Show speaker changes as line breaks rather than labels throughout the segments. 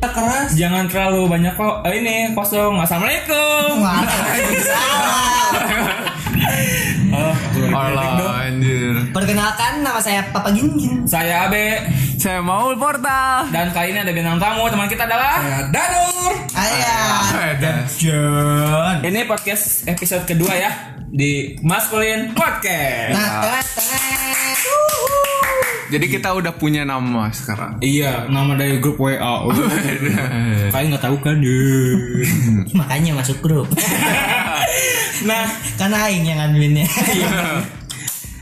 Kerja keras.
Jangan terlalu banyak kok eh, ini kosong. Assalamualaikum.
Wah, salah.
Oh,
Allah anjir.
Perkenalkan nama saya Papa Gingin.
saya Abe
Saya mau portal.
dan kali ini ada bintang tamu teman kita adalah
Ya, Danur.
Ayah.
John.
ini podcast episode kedua ya di Maskulin Podcast.
Nah, tengah, tengah.
Jadi kita udah punya nama sekarang.
Iya, nama dari grup WA. Kalian nggak tahu kan ya.
Makanya masuk grup.
nah,
Karena aing yang adminnya.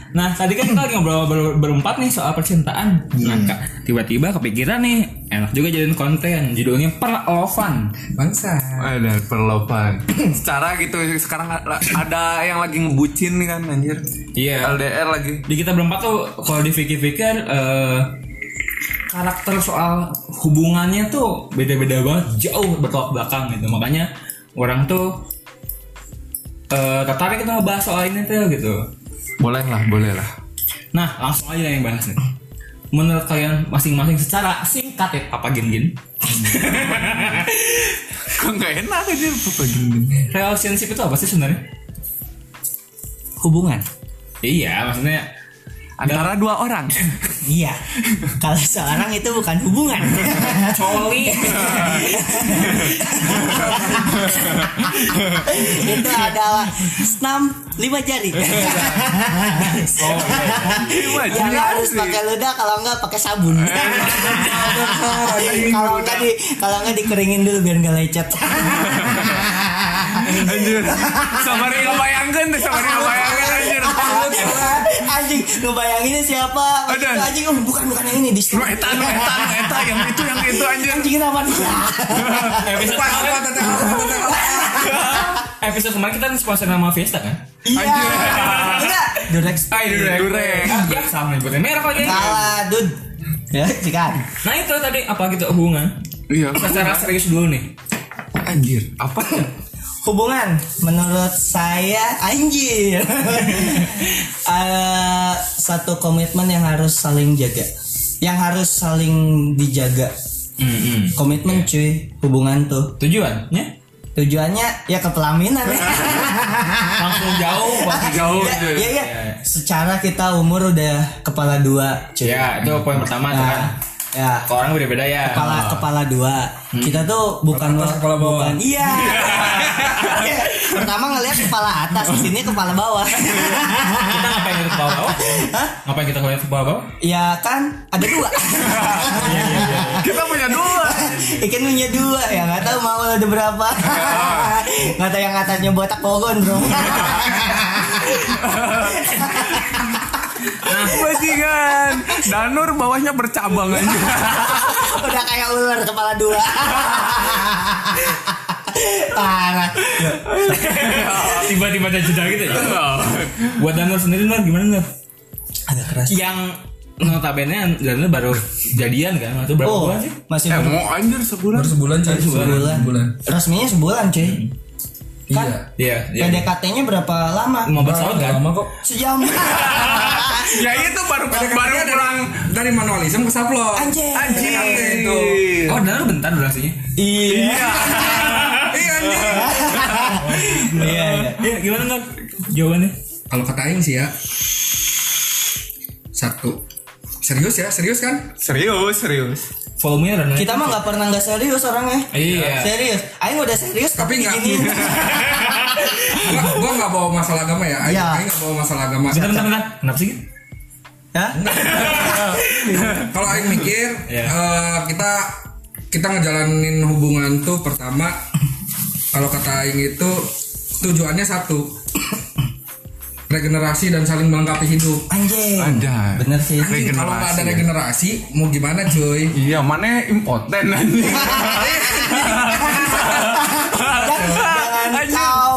Nah tadi kan kita lagi ngobrol ber- berempat nih soal percintaan
Iya.
Nah Kak, tiba-tiba kepikiran nih Enak juga jadiin konten Judulnya Perlovan
Bangsa.
Ada perlopan. Secara gitu sekarang la- ada yang lagi ngebucin kan anjir.
Iya
LDR lagi.
Di kita berempat tuh kalau dipikir-pikir eh, Karakter soal hubungannya tuh beda-beda banget Jauh bertolak belakang gitu Makanya orang tuh eh, tertarik kita ngebahas soal ini tuh gitu
Boleh lah, boleh lah.
Nah langsung aja yang bahas nih Menurut kalian masing-masing secara singkat ya Papa Gin-Gin
Kok nggak enak anjir Papa gini.
relationship itu apa sih sebenarnya?
Hubungan.
Iya, maksudnya
Antara dua orang.
Iya. Kalau seorang itu bukan hubungan.
coli.
itu adalah enam lima jari.
Oh, iya.
Yang Ya, harus pakai ludah kalau enggak pakai sabun.
Eh.
kalau enggak di kalau enggak dikeringin dulu biar enggak lecet.
Anjir. Sabar ngebayangkan deh, sabar ngebayangkan anjir.
anjing ngebayanginnya siapa
Ada.
Itu anjing oh, bukan bukan yang ini di
Nu eta, nu eta, nu eta, yang itu, yang itu anjir.
anjing kenapa nih?
episode
Pas
kemarin,
gua teteh apa, teteh apa.
episode kemarin kita sponsor sama Fiesta kan?
iya
Anjir.
enggak durex
Ay,
Durek.
Ah, ya, sama ibunya merek lagi.
salah dude ya kan
Nah itu tadi apa gitu hubungan?
Iya.
Secara serius dulu nih.
Anjir, apa?
hubungan menurut saya anjir Eh, satu komitmen yang harus saling jaga yang harus saling dijaga
Iya.
komitmen cuy hubungan tuh
Tujuannya
tujuannya ya ke pelaminan
langsung jauh. Pak.
Jauh.
ya,
anjir.
Iya,
ya, ya. secara kita umur udah kepala dua
Iya,
cuy
Ya itu poin pertama tuh kan.
Nah, ya
Ke orang beda-beda ya.
kepala kepala dua kita tuh bukan
Hmm. Kepala atas, kepala bawah.
bukan iya pertama ngelihat kepala atas di sini kepala bawah
Kita ngapain kita ke bawah?
Hah?
Ngapain kita ke bawah?
ya kan ada dua
Iya,
Kita punya dua.
ikan punya dua ya nggak tahu mau ada berapa nggak tahu yang atasnya botak pogon bro
Bajingan. Danur bawahnya bercabang anjir.
udah kayak ular kepala dua parah
Tiba-tiba ada jeda gitu ya. Buat Danur sendiri Nur gimana Nur?
agak keras
yang notabene dan lu baru jadian kan waktu berapa
oh
bulan sih?
masih
Eh, mau anjir sebulan.
Baru sebulan coy.
sebulan.
Sebulan.
resminya sebulan cuy Kan?
Iya.
Iya, Hmm, iya.
PDKT-nya berapa lama
15 tahun
Nggak
kan?
lama kok.
sejam Iya.
Ya itu baru baru
Dari-
pulang.
dari manualisme ke saplon.
Anjing.
Anjing. Itu.
Iya.
Oh, dan lu bentar durasinya.
iya
Iya anjing.
iya iya.
Iya, gimana Nur? Jawabannya?
Kalau kata aing sih ya. Satu. Serius ya, serius kan?
Serius, serius.
Volumenya dan
Eh,
kita mah nggak pernah nggak serius orangnya
Iya.
serius Aing udah serius
Tapi
tapi
nggak.
gini
Gua, gua nggak bawa masalah agama ya. Aing,
Iya.
aing nggak bawa masalah agama.
Bentar, bentar, bentar. Kenapa sih? Gin?
Hah?
Kalau Aing mikir
Iya.
eh, kita kita ngejalanin hubungan tuh pertama kalau kata Aing itu tujuannya satu regenerasi dan saling melengkapi hidup.
anjing
Ada.
bener sih
Kalau nggak
Regenerasi.
ada regenerasi mau gimana cuy?
Iya, mana impoten anjing.
jangan
Anjing.
kau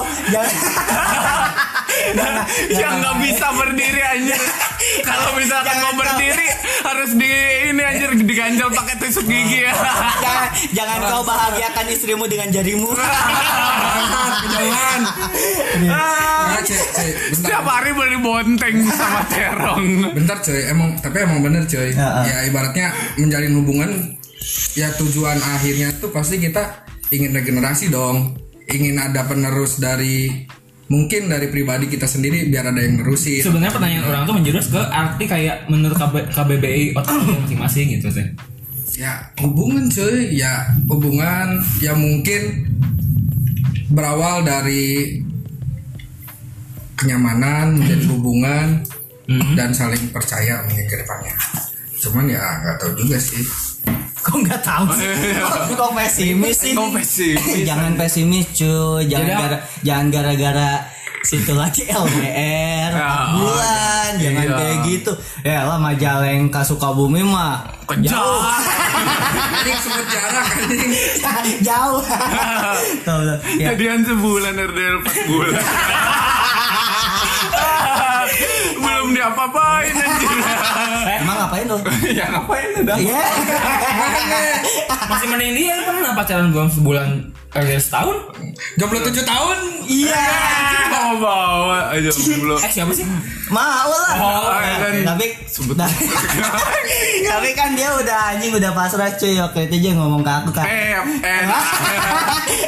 jangan
yang nggak bisa berdiri anjir kalau misalkan
Jangan
mau
dong.
berdiri harus di ini anjir diganjal pakai tusuk gigi ya
jangan, jangan kau bahagiakan istrimu dengan jarimu
Kejauhan.
Ah,
Nah, cuy, cuy, bentar.
setiap hari beli bonteng sama terong
Bentar cuy, emang tapi emang bener cuy.
Ya, ah.
Ya ibaratnya menjalin hubungan ya tujuan akhirnya tuh pasti kita ingin regenerasi dong ingin ada penerus dari mungkin dari pribadi kita sendiri biar ada yang nerusin
Sebenarnya pertanyaan orang tuh menjurus ke arti kayak menurut KB, KBBI otak dia masing-masing gitu sih.
ya hubungan cuy ya hubungan ya mungkin berawal dari kenyamanan menjadi hubungan dan saling percaya mungkin ke depannya cuman ya nggak tahu juga sih
Kok nggak tahu sih? Kok- Kok pesimis sih?
Kok pesimis?
jangan pesimis cuy, jangan
Jadi apa?
gara, jangan gara-gara situ lagi LDR
Ya,
4 bulan, jangan
iya.
kayak gitu. Ya lah Majalengka Sukabumi mah
Kejauh.
ini sebut jarak anjing
jauh. Tahu tahu. Ya,
Jadian sebulan RDL 4 bulan. Belum diapa-apain anjir.
emang ngapain lo?
ya ngapain udah.
Ya.
Masih mending dia pernah pacaran gua sebulan eh setahun?
jomblo tujuh tahun
Iya.
Eh, Mau bawa aja belum.
Eh siapa sih?
Mau lah.
Oh,
Nah,
kan.
tapi
Sebut.
nah, tapi kan dia udah anjing udah pasrah cuy waktu itu aja ngomong ke aku kan.
Eh, eh.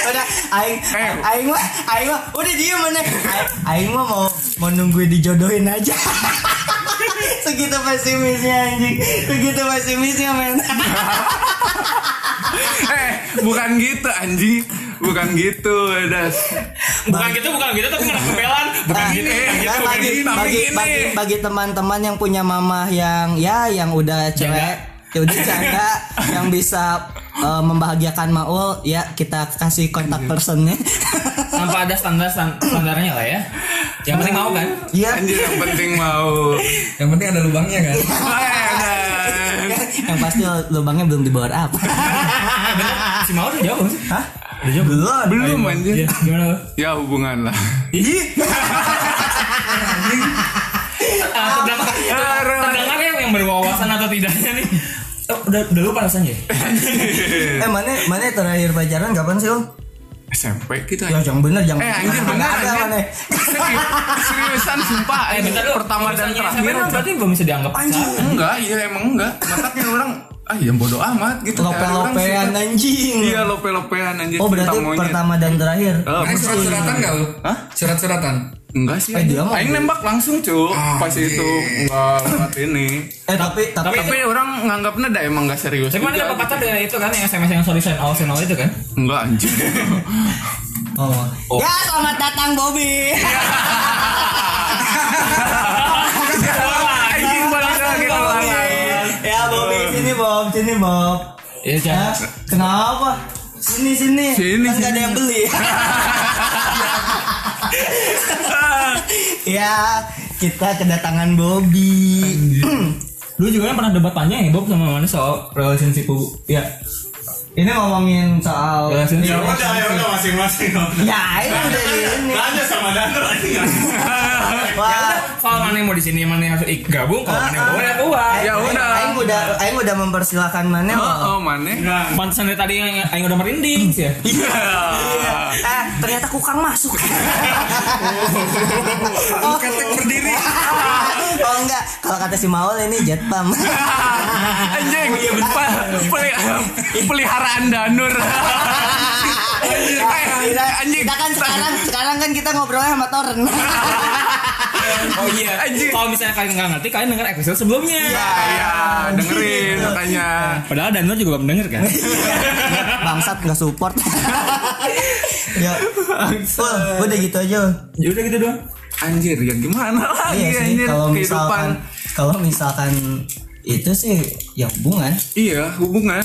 udah aing aing mah aing mah udah diem mana Aing- aing mah mau mau nungguin dijodohin aja segitu pesimisnya anjing segitu pesimisnya men
Eh, bukan gitu anjing. Bukan gitu, Das.
Bukan gitu, bukan gitu tapi kena kepelan. Bukan
Nah,
gitu, bukan gitu,
nah,
bukan
bagi,
gitu.
bagi,
gini.
bagi, bagi teman-teman yang punya mamah yang ya yang udah cewek ya udah janda yang bisa eh, membahagiakan Maul ya kita kasih kontak personnya
Tanpa ada standar standarnya lah ya. Yang penting mau kan?
Iya
Anjir yang penting mau.
yang penting ada lubangnya kan
Iya.
Eh, Dan.
yang pasti lubangnya belum dibor up
Si mau udah jauh sih.
Hah?
Udah jauh.
belum
Belum
Iya,
anjir.
gimana? lo?
Ya hubungan lah.
Ah, terdengar- Terdengar yang yang berwawasan atau tidaknya nih. Oh, udah, udah lupa rasanya.
Eh mana mana terakhir pacaran kapan sih om?
SMP gitu
Ya
anjing.
jangan bener jangan.
Eh anjir
Nggak
benar
ada mana.
anjir. Serius- Seriusan sumpah
Eh,
anjir.
bentar dulu.
Pertama dan
Misalnya
terakhir.
SMP kan berarti belum bisa dianggap
Anjing
pacar.
enggak, iya emang enggak. Makanya orang ah ya bodoh amat gitu.
Lope
Kayak orang
lopean
suka-
anjing.
Iya lope-lopean anjir.
Oh berarti
cinta monyet.
pertama dan terakhir.
Eh,
Aing surat-suratan gak lu?
Hah?
Surat-suratan?
Enggak sih.
Eh,
anjing.
dia mah-
Aing nembak langsung cuy
Ah,
pas
anjing.
itu enggak lewat ini.
Eh tapi tapi,
Tapi orang nganggapnya dah emang enggak serius.
Tapi mana
juga,
dapat pacar dari itu kan yang SMS yang sorry sign all sign all itu kan?
gitu. Enggak anjir.
oh.
Oh.
Ya selamat datang Bobby.
Anjing balik lagi ke lalang.
ya Bobby sini Bob sini Bob.
Ya
Iya.
Ya,
jangan.
kenapa? Sini sini.
Sini,
kan nggak ada yang beli. ya kita kedatangan Bobby.
Lu juga kan pernah debat panjang ya Bob sama mana soal relationship bu? Ya.
Ini ngomongin soal
Relationship.
Ya udah, ya udah masing-masing.
Ya ini udah di ini.
Tanya sama Danu lagi nggak?
Ya
Wah.
udah, kalau mana yang mau di sini mana yang harus ik- gabung, kalau mana yang mau ya keluar.
Ya udah.
Aing udah Aing udah mempersilahkan Manel.
Oh, oh mana?
Nggak.
Pantesan dari tadi yang aing udah merinding sih ya.
Iya.
Eh, ternyata kukang masuk. Oh.
Oh, ketek berdiri
oh enggak, kalau kata si Maul ini jet pump.
Anjing, pa- peli- peliharaan Danur. Eh,
Kita-
Anjing,
Kita kan sekarang sekarang kan kita ngobrolnya sama Toren.
Oh iya.
Anjing.
Kalau misalnya kalian nggak ngerti, kalian denger episode sebelumnya.
ya dengerin makanya.
Padahal Daniel juga belum denger kan.
Bangsat enggak support. ya. Full, udah gitu aja.
ya udah gitu doang.
Anjir, ya gimana lagi
Iya sih,
anjir
kalau
kehidupan.
misalkan kalau misalkan itu sih ya hubungan
Iya, hubungan.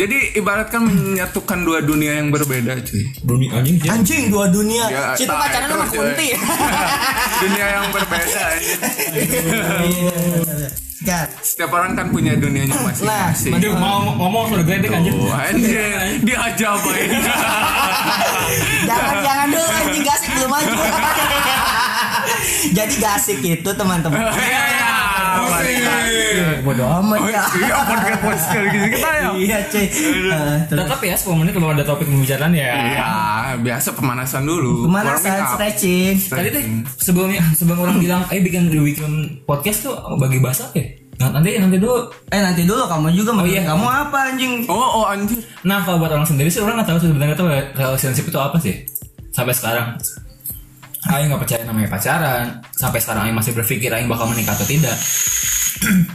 Jadi ibaratkan menyatukan dua dunia yang berbeda, cuy.
Bruni anjing
Iya.
ya.
anjing dua dunia
Ya,
kita
tai,
pacaran sama
terus,
kunti
Dunia yang berbeda. anjir.
Gat.
Setiap orang kan punya dunianya
Nah,
masing-masing.
Aduh, mau mau- ngomong sudah gede anjir.
Oh, anjir, dia aja main.
jangan jangan dulu anjing gasik belum maju jadi gasik itu teman-teman
Iya, iya. balik lagi.
bodoh amat ya
Iya, podcast podcast gitu kita ya.
iya cuy Eh, terus
Tetap ya 10 menit belum ada topik pembicaraan ya.
Iya, biasa pemanasan dulu.
kemana
Warming
saat
up.
stretching
Hmm.
Tadi tuh sebelumnya sebelum orang bilang, eh bikin the weekend podcast tuh bagi bahasa ya. Nah, nanti nanti dulu.
Eh nanti dulu kamu juga mau
iya.
kamu apa anjing?
Oh, oh anjir.
Nah kalau buat orang sendiri sih orang nggak tahu sih sebenarnya tuh relationship itu apa sih sampai sekarang. Aing nggak percaya namanya pacaran sampai sekarang Aing masih berpikir Aing bakal menikah atau tidak.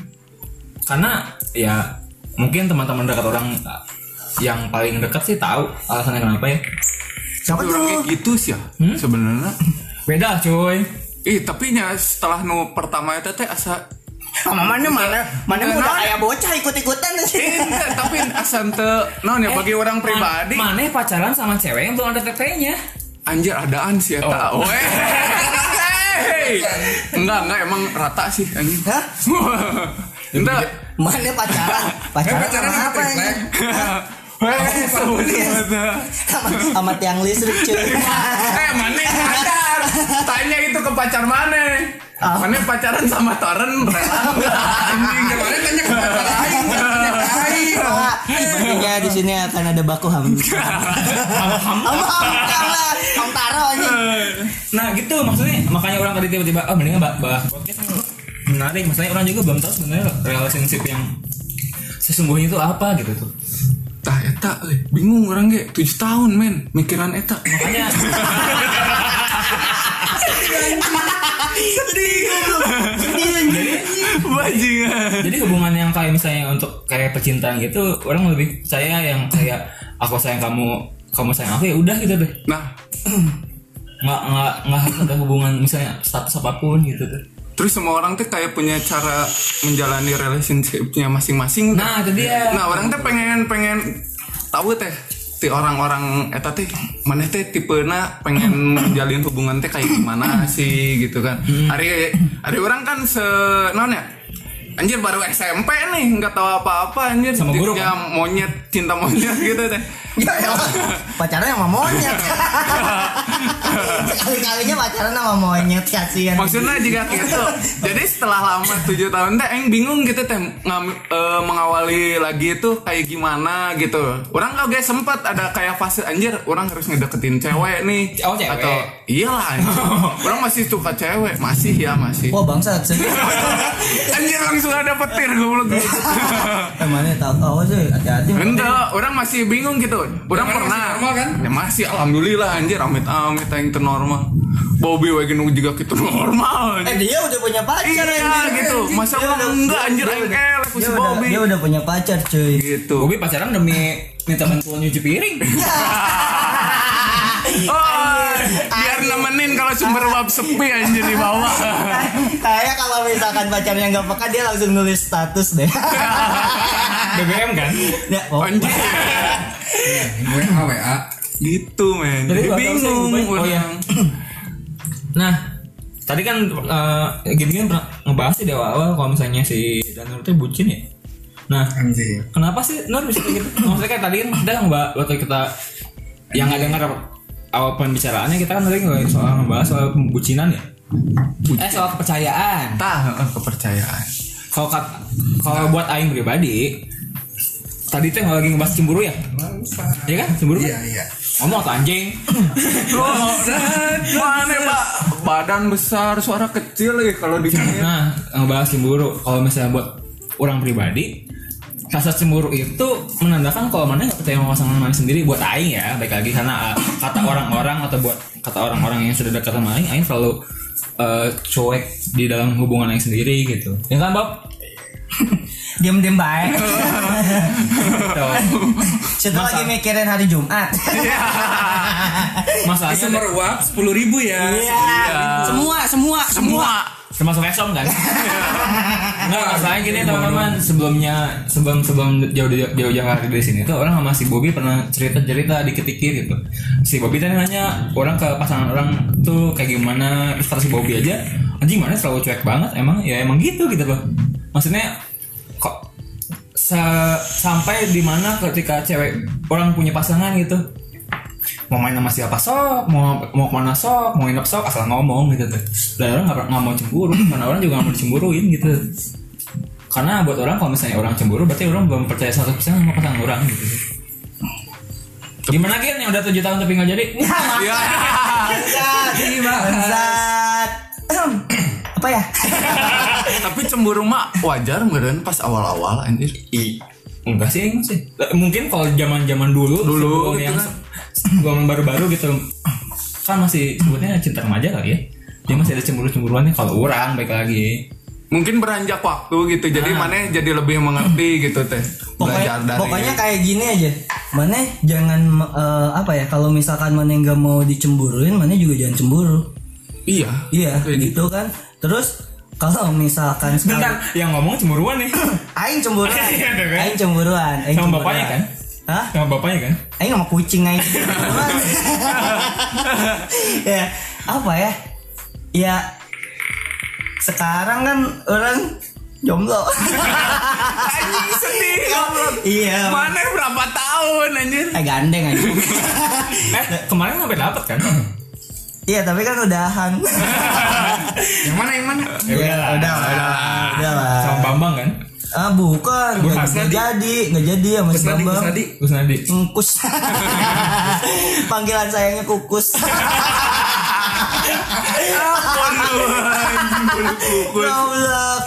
Karena ya mungkin teman-teman dekat orang yang paling dekat sih tahu alasannya kenapa ya.
Siapa
Orang kayak
tuh?
gitu sih ya sebenarnya.
Beda cuy.
Ih, tapi nya setelah nu pertama itu teh asa
Sama mana mana mana
Eh,
udah
non.
kayak bocah ikut-ikutan
Eh,
sih.
enggak, tapi asa teu naon ya bagi orang pribadi.
Man, mana pacaran sama cewek yang belum ada TT-nya?
Anjir adaan sih eta. Oh. enggak, enggak emang rata sih anjing.
Hah?
Entar.
Mana pacaran?
Eh,
Pacaran
pacaran
sama
sama
apa
triplek.
anjing?
Weh, sebut itu.
Sama sama tiang listrik cuy.
Eh, mana pacar? Tanya itu ke pacar mana? Mana pacaran sama Toren rela enggak? Anjing.
Kemarin tanya ke pacar aing, bukan tanya ke aing.
Wah, Sepertinya di sini akan ada baku ham. Ham ham ham lah. ham taro anjing.
Nah gitu maksudnya makanya orang tadi tiba-tiba oh mendingan bah- bahas podcast yang menarik maksudnya orang juga belum tahu sebenarnya relationship yang sesungguhnya itu apa gitu tuh
Tah eta euy, bingung orang ge 7 tahun men mikiran eta.
makanya
Bajingan.
jadi hubungan yang kayak misalnya untuk kayak percintaan gitu orang lebih percaya yang kayak aku sayang kamu kamu sayang aku ya udah gitu deh
Nah,
nggak nggak nggak harus ada hubungan misalnya status apapun gitu tuh
terus semua orang tuh kayak punya cara menjalani relationshipnya masing-masing.
nah
tah.
itu dia
Nah orang teh pengen pengen tahu teh ti orang-orang eta teh mana teh tipena pengen menjalin hubungan teh kayak gimana sih gitu kan.
Hmm.
Hari hari orang kan se naon ya? Anjir baru SMP nih nggak tahu apa-apa anjir.
Sama guru,
Tipnya monyet cinta monyet gitu teh.
Ya, ya. Pacaran sama monyet. Sekali-kalinya pacaran sama monyet kasihan.
Maksudnya juga gitu. Jadi setelah lama 7 tahun teh aing bingung gitu teh ngam- eh, mengawali lagi itu kayak gimana gitu. Orang kalau guys sempat ada kayak fase anjir orang harus ngedeketin cewek nih
Oh, cewek.
atau iyalah anjir. orang masih suka cewek, masih ya masih.
Oh.
Wah bangsat sih.
Anjir langsung ada petir goblok gitu.
Emangnya tahu tahu sih hati-hati.
Enggak, orang masih bingung gitu. Orang
Orang
pernah.
masih normal, kan?
Ya, masih alhamdulillah anjir amit-amit yang ternormal. Bobby Wagen juga gitu normal.
Eh dia udah punya pacar
Iya
anjing.
gitu. Masa
Dia
orang
udah-
enggak
dia-
anjir
dia
aing
udah-
elek ku
dia
si
udah-
Bobby.
Dia udah punya pacar
Eh.
cuy.
Gitu.
Bobi pacaran demi minta bantuan nyuci piring
Oh, biar nemenin kalau sumber bab sepi anjir di bawah.
Kayak kalau misalkan pacarnya nggak peka dia langsung nulis status deh.
BBM kan
Ya, oh.
Anjir.
Eh, WA WA.
Gitu men.
Jadi
Jadi
gak tahu sih, gua
bingung
baik- oh, iya.
orang.
Nah, tadi kan eh, gini kan pernah ngebahas sih di awal-awal kalau misalnya si Danur itu bucin ya. Nah,
Anjir.
kenapa sih Nur bisa kayak gitu? Maksudnya kayak tadi kan kita ngebahas waktu kita yang nggak dengar awal pembicaraannya kita kan tadi ngebahas soal ngebahas soal pembucinan ya. Eh soal kepercayaan.
Tah, eh, kepercayaan.
Kalau kat- kalau buat Aing pribadi, tadi tuh yang lagi ngebahas cemburu ya, iya kan cemburu?
Iya
kan?
iya.
Ngomong atau anjing?
Oh, Mana Pak? Badan besar, suara kecil lagi kalau di
Nah, ngebahas cemburu. Kalau misalnya buat orang pribadi, rasa cemburu itu menandakan kalau mana nggak percaya sama pasangan mana sendiri buat aing ya baik lagi karena uh, kata orang-orang atau buat kata orang-orang yang sudah dekat sama aing aing selalu uh, cuek di dalam hubungan aing sendiri gitu ya kan Bob
Diam-diam baik.
Gitu.
Setelah lagi mikirin hari Jumat.
Itu
masalahnya
meruap sepuluh ribu ya.
Iya. Semua, semua, semua.
termasuk esom kan Enggak, masalahnya gini teman-teman sebelumnya sebelum sebelum jauh jauh jauh hari dari sini tuh orang sama si Bobby pernah cerita cerita dikit dikit gitu si Bobby tadi nanya orang ke pasangan orang tuh kayak gimana terus kata si Bobby aja anjing mana selalu cuek banget emang ya emang gitu gitu loh maksudnya kok se- sampai di mana ketika cewek orang punya pasangan gitu mau main sama siapa sok mau mau kemana sok mau nginep sok asal ngomong gitu tuh dan orang nggak per- nggak mau cemburu mana orang juga nggak mau dicemburuin gitu karena buat orang kalau misalnya orang cemburu berarti orang belum percaya 100% sama pasangan orang gitu sih. gimana Gin yang udah 7 tahun tapi
Iya.
nggak jadi
Ya.
Bangsat. Bangsat. apa ya?
tapi cemburu mah wajar meren pas awal-awal anjir
I, enggak sih enggak sih. Eh, Mungkin kalau zaman-zaman dulu,
Dulu,
sebelum
gitu
yang
kan.
sebelum yang baru-baru gitu kan masih sebutnya cinta remaja kali ya. Dia masih ada cemburu-cemburuannya kalau orang baik lagi.
mungkin beranjak waktu gitu jadi mana jadi lebih mengerti gitu teh
Pokoknya,
belajar dari
pokoknya kayak gini aja. Mana jangan eh, apa ya kalau misalkan mana nggak mau dicemburuin, mana juga jangan cemburu.
iya
Iya,
Kayak
gitu kan. Terus kalau misalkan
Bentar,
sekarang
yang ngomong cemburuan nih.
aing cemburuan,
Iya, ada kan?
aing cemburuan, aing
Sama
cemburuan.
bapaknya kan?
Hah?
Sama bapaknya kan?
Aing sama kucing aing. ya, apa ya? Ya sekarang kan orang jomblo.
Anjing sedih goblok.
iya.
mana berapa tahun anjir
Eh gandeng aja.
Eh, kemarin sampai dapat kan?
Iya, tapi kan udahan.
Yang mana yang mana?
Ya udah lah.
udah lah. Udah lah.
Sama Bambang kan?
Ah, bukan. Nggak
Gus
nggak
Nadi.
jadi, nggak jadi ya Mas
Gus Nadi, Gus
Bambang.
Nadi.
Terus nanti
Kukus. Panggilan sayangnya kukus.
Oh,
Goblok.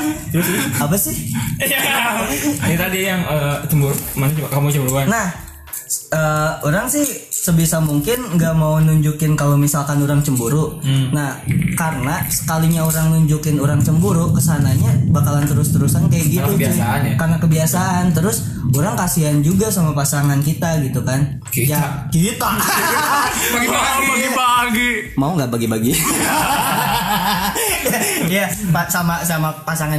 Apa sih?
Iya. Ini tadi yang eh, cemburu, kan? mana coba kamu cemburuan?
Nah, s- eh, orang sih sebisa mungkin nggak mau nunjukin kalau misalkan orang cemburu.
Hmm.
Nah, karena sekalinya orang nunjukin orang cemburu, kesananya bakalan terus-terusan kayak gitu. cuy.
kebiasaan ya?
Karena kebiasaan. Terus orang kasihan juga sama pasangan kita gitu kan.
Kita.
Ya, kita.
Wah, pagi-pagi
mau nggak bagi-bagi? ya, pa- sama sama pasangan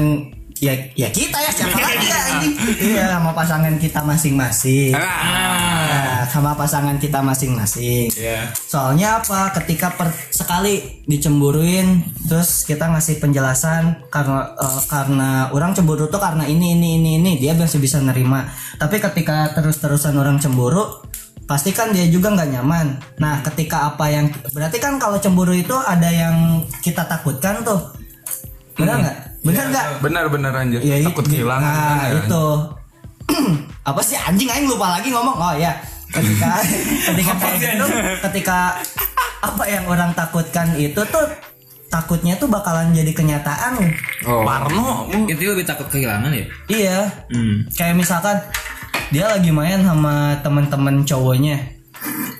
ya ya kita ya siapa lagi ya anjing? Iya, sama pasangan kita masing-masing.
Ah,
Nah, sama pasangan kita masing-masing.
ya.
Soalnya apa? Ketika per- sekali dicemburuin, terus kita ngasih penjelasan karena eh, karena orang cemburu tuh karena ini ini ini ini dia masih bisa nerima. Tapi ketika terus-terusan orang cemburu, pasti kan dia juga nggak nyaman. Nah, ketika apa yang berarti kan kalau cemburu itu ada yang kita takutkan tuh, benar nggak? Benar nggak?
benar-benar anjir
Ya, i-
takut kehilangan
nah,
kan, anjir.
itu apa sih anjing aing lupa lagi ngomong oh ya ketika ketika kayak gitu ketika apa yang orang takutkan itu tuh takutnya tuh bakalan jadi kenyataan
Parno
Itu lebih takut kehilangan ya?
iya
Hmm.
kayak misalkan dia lagi main sama teman-teman cowoknya